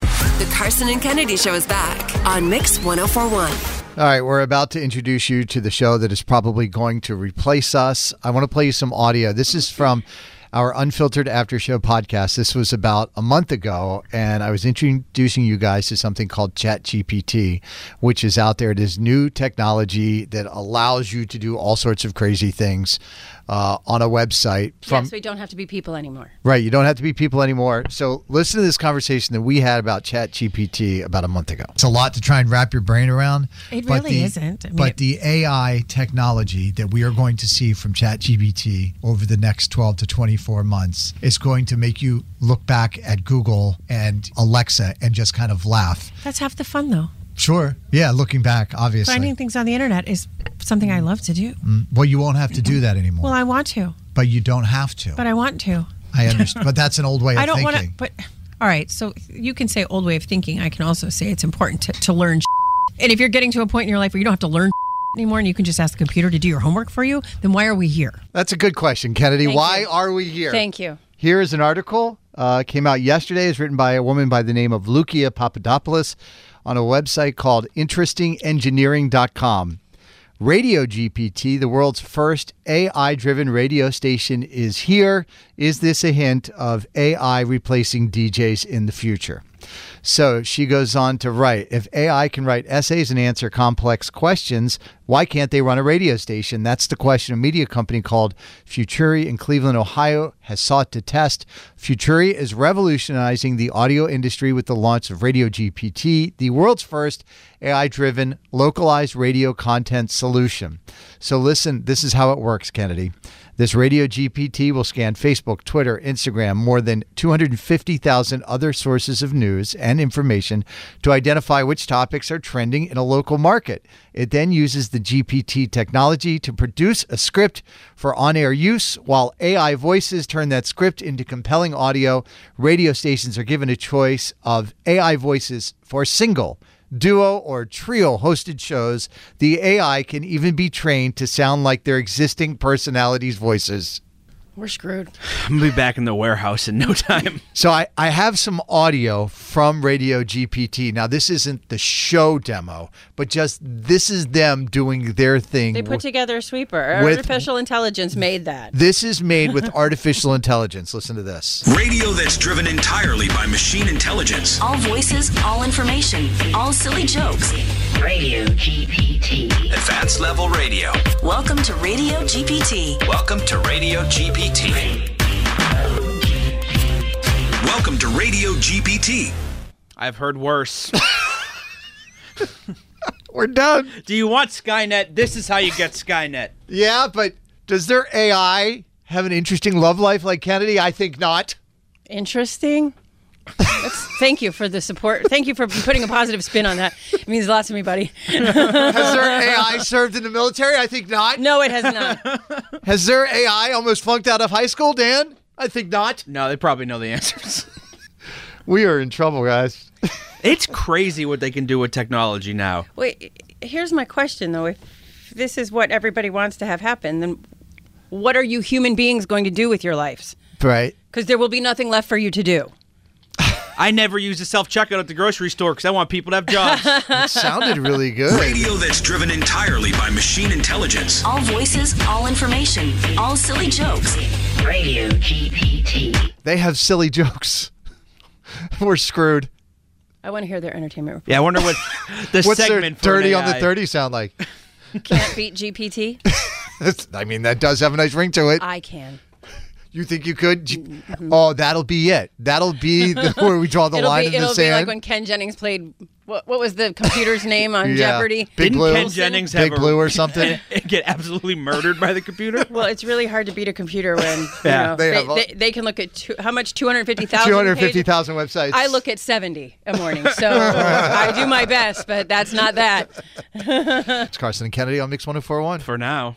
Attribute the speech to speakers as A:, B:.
A: The Carson and Kennedy Show is back on Mix 1041.
B: All right, we're about to introduce you to the show that is probably going to replace us. I want to play you some audio. This is from our unfiltered after show podcast. This was about a month ago, and I was introducing you guys to something called ChatGPT, which is out there. It is new technology that allows you to do all sorts of crazy things uh, on a website. From
C: yes, we don't have to be people anymore.
B: right, you don't have to be people anymore. So listen to this conversation that we had about ChatGPT about a month ago. It's a lot to try and wrap your brain around.
D: It
B: but
D: really
B: the-
D: isn't. I mean,
B: but
D: it-
B: the AI technology that we are going to see from ChatGPT over the next 12 to 24 months is going to make you look back at Google and Alexa and just kind of laugh.
D: That's half the fun, though.
B: Sure. Yeah, looking back, obviously. Mm.
D: Finding things on the internet is something I love to do.
B: well, you won't have to do that anymore.
D: Well, I want to,
B: but you don't have to.
D: but I want to.
B: I understand. but that's an old way of
D: I don't
B: thinking.
D: want to. But all right, so you can say old way of thinking. I can also say it's important to, to learn. And if you're getting to a point in your life where you don't have to learn anymore, and you can just ask the computer to do your homework for you, then why are we here?
B: That's a good question, Kennedy.
C: Thank
B: Why
C: you.
B: are we here?
C: Thank you.
B: Here is an article uh, came out yesterday. It's written by a woman by the name of Lukia Papadopoulos on a website called interestingengineering.com. Radio GPT, the world's first AI driven radio station, is here. Is this a hint of AI replacing DJs in the future? So she goes on to write If AI can write essays and answer complex questions, why can't they run a radio station? That's the question a media company called Futuri in Cleveland, Ohio has sought to test. Futuri is revolutionizing the audio industry with the launch of Radio GPT, the world's first AI driven localized radio content solution. So, listen, this is how it works, Kennedy. This Radio GPT will scan Facebook, Twitter, Instagram, more than 250,000 other sources of news and information to identify which topics are trending in a local market. It then uses the GPT technology to produce a script for on air use, while AI voices turn that script into compelling audio. Radio stations are given a choice of AI voices for single duo or trio hosted shows, the AI can even be trained to sound like their existing personalities' voices.
C: We're screwed.
E: I'm gonna be back in the warehouse in no time.
B: So I, I have some audio from Radio GPT. Now this isn't the show demo, but just this is them doing their thing.
C: They put together a sweeper.
B: With-
C: Artificial intelligence made that.
B: this is made with artificial intelligence. Listen to this.
F: Radio that's driven entirely by machine intelligence.
A: All voices, all information, all silly jokes.
G: Radio GPT.
F: Advanced level radio.
A: Welcome to Radio GPT.
F: Welcome to Radio GPT. Welcome to Radio GPT.
E: I've heard worse.
B: We're done.
E: Do you want Skynet? This is how you get Skynet.
B: Yeah, but does their AI have an interesting love life like Kennedy? I think not.
C: Interesting. That's, thank you for the support. Thank you for putting a positive spin on that. It means a lot to me, buddy.
B: Has their AI served in the military? I think not.
C: No, it has not.
B: Has their AI almost flunked out of high school, Dan? I think not.
E: No, they probably know the answers.
B: We are in trouble, guys.
E: it's crazy what they can do with technology now.
C: Wait, here's my question though. If this is what everybody wants to have happen, then what are you human beings going to do with your lives?
B: Right.
C: Because there will be nothing left for you to do.
E: I never use a self checkout at the grocery store because I want people to have jobs.
B: It sounded really good.
F: Radio that's driven entirely by machine intelligence.
A: All voices, all information, all silly jokes.
G: Radio GPT.
B: They have silly jokes. We're screwed.
C: I want to hear their entertainment report.
E: yeah, I wonder what the
B: What's their
E: segment for an
B: 30 on the
E: AI.
B: 30 sound like?
C: Can't beat GPT.
B: That's- I mean, that does have a nice ring to it.
C: I can.
B: You think you could? G- Oh, that'll be it. That'll be the, where we draw the
C: it'll
B: line
C: be,
B: in the
C: it'll be like
B: sand.
C: when Ken Jennings played What, what was the computer's name on
H: Yeah.
C: Jeopardy?
H: Big
E: Didn't
H: Blue.
E: Ken Jennings have
H: Big
E: a-
H: Blue or something?
E: get absolutely murdered by the computer.
C: Well, it's really hard to beat a computer when you
E: Yeah.
C: know,
H: They
C: they,
H: have all-
C: they- they can look at two, how much 250,000
H: Two hundred fifty
C: pages?
H: thousand websites.
C: I look at 70 a morning, so I do my best, but that's not that.
H: It's Carson and Kennedy on Mix 1041.
E: For now.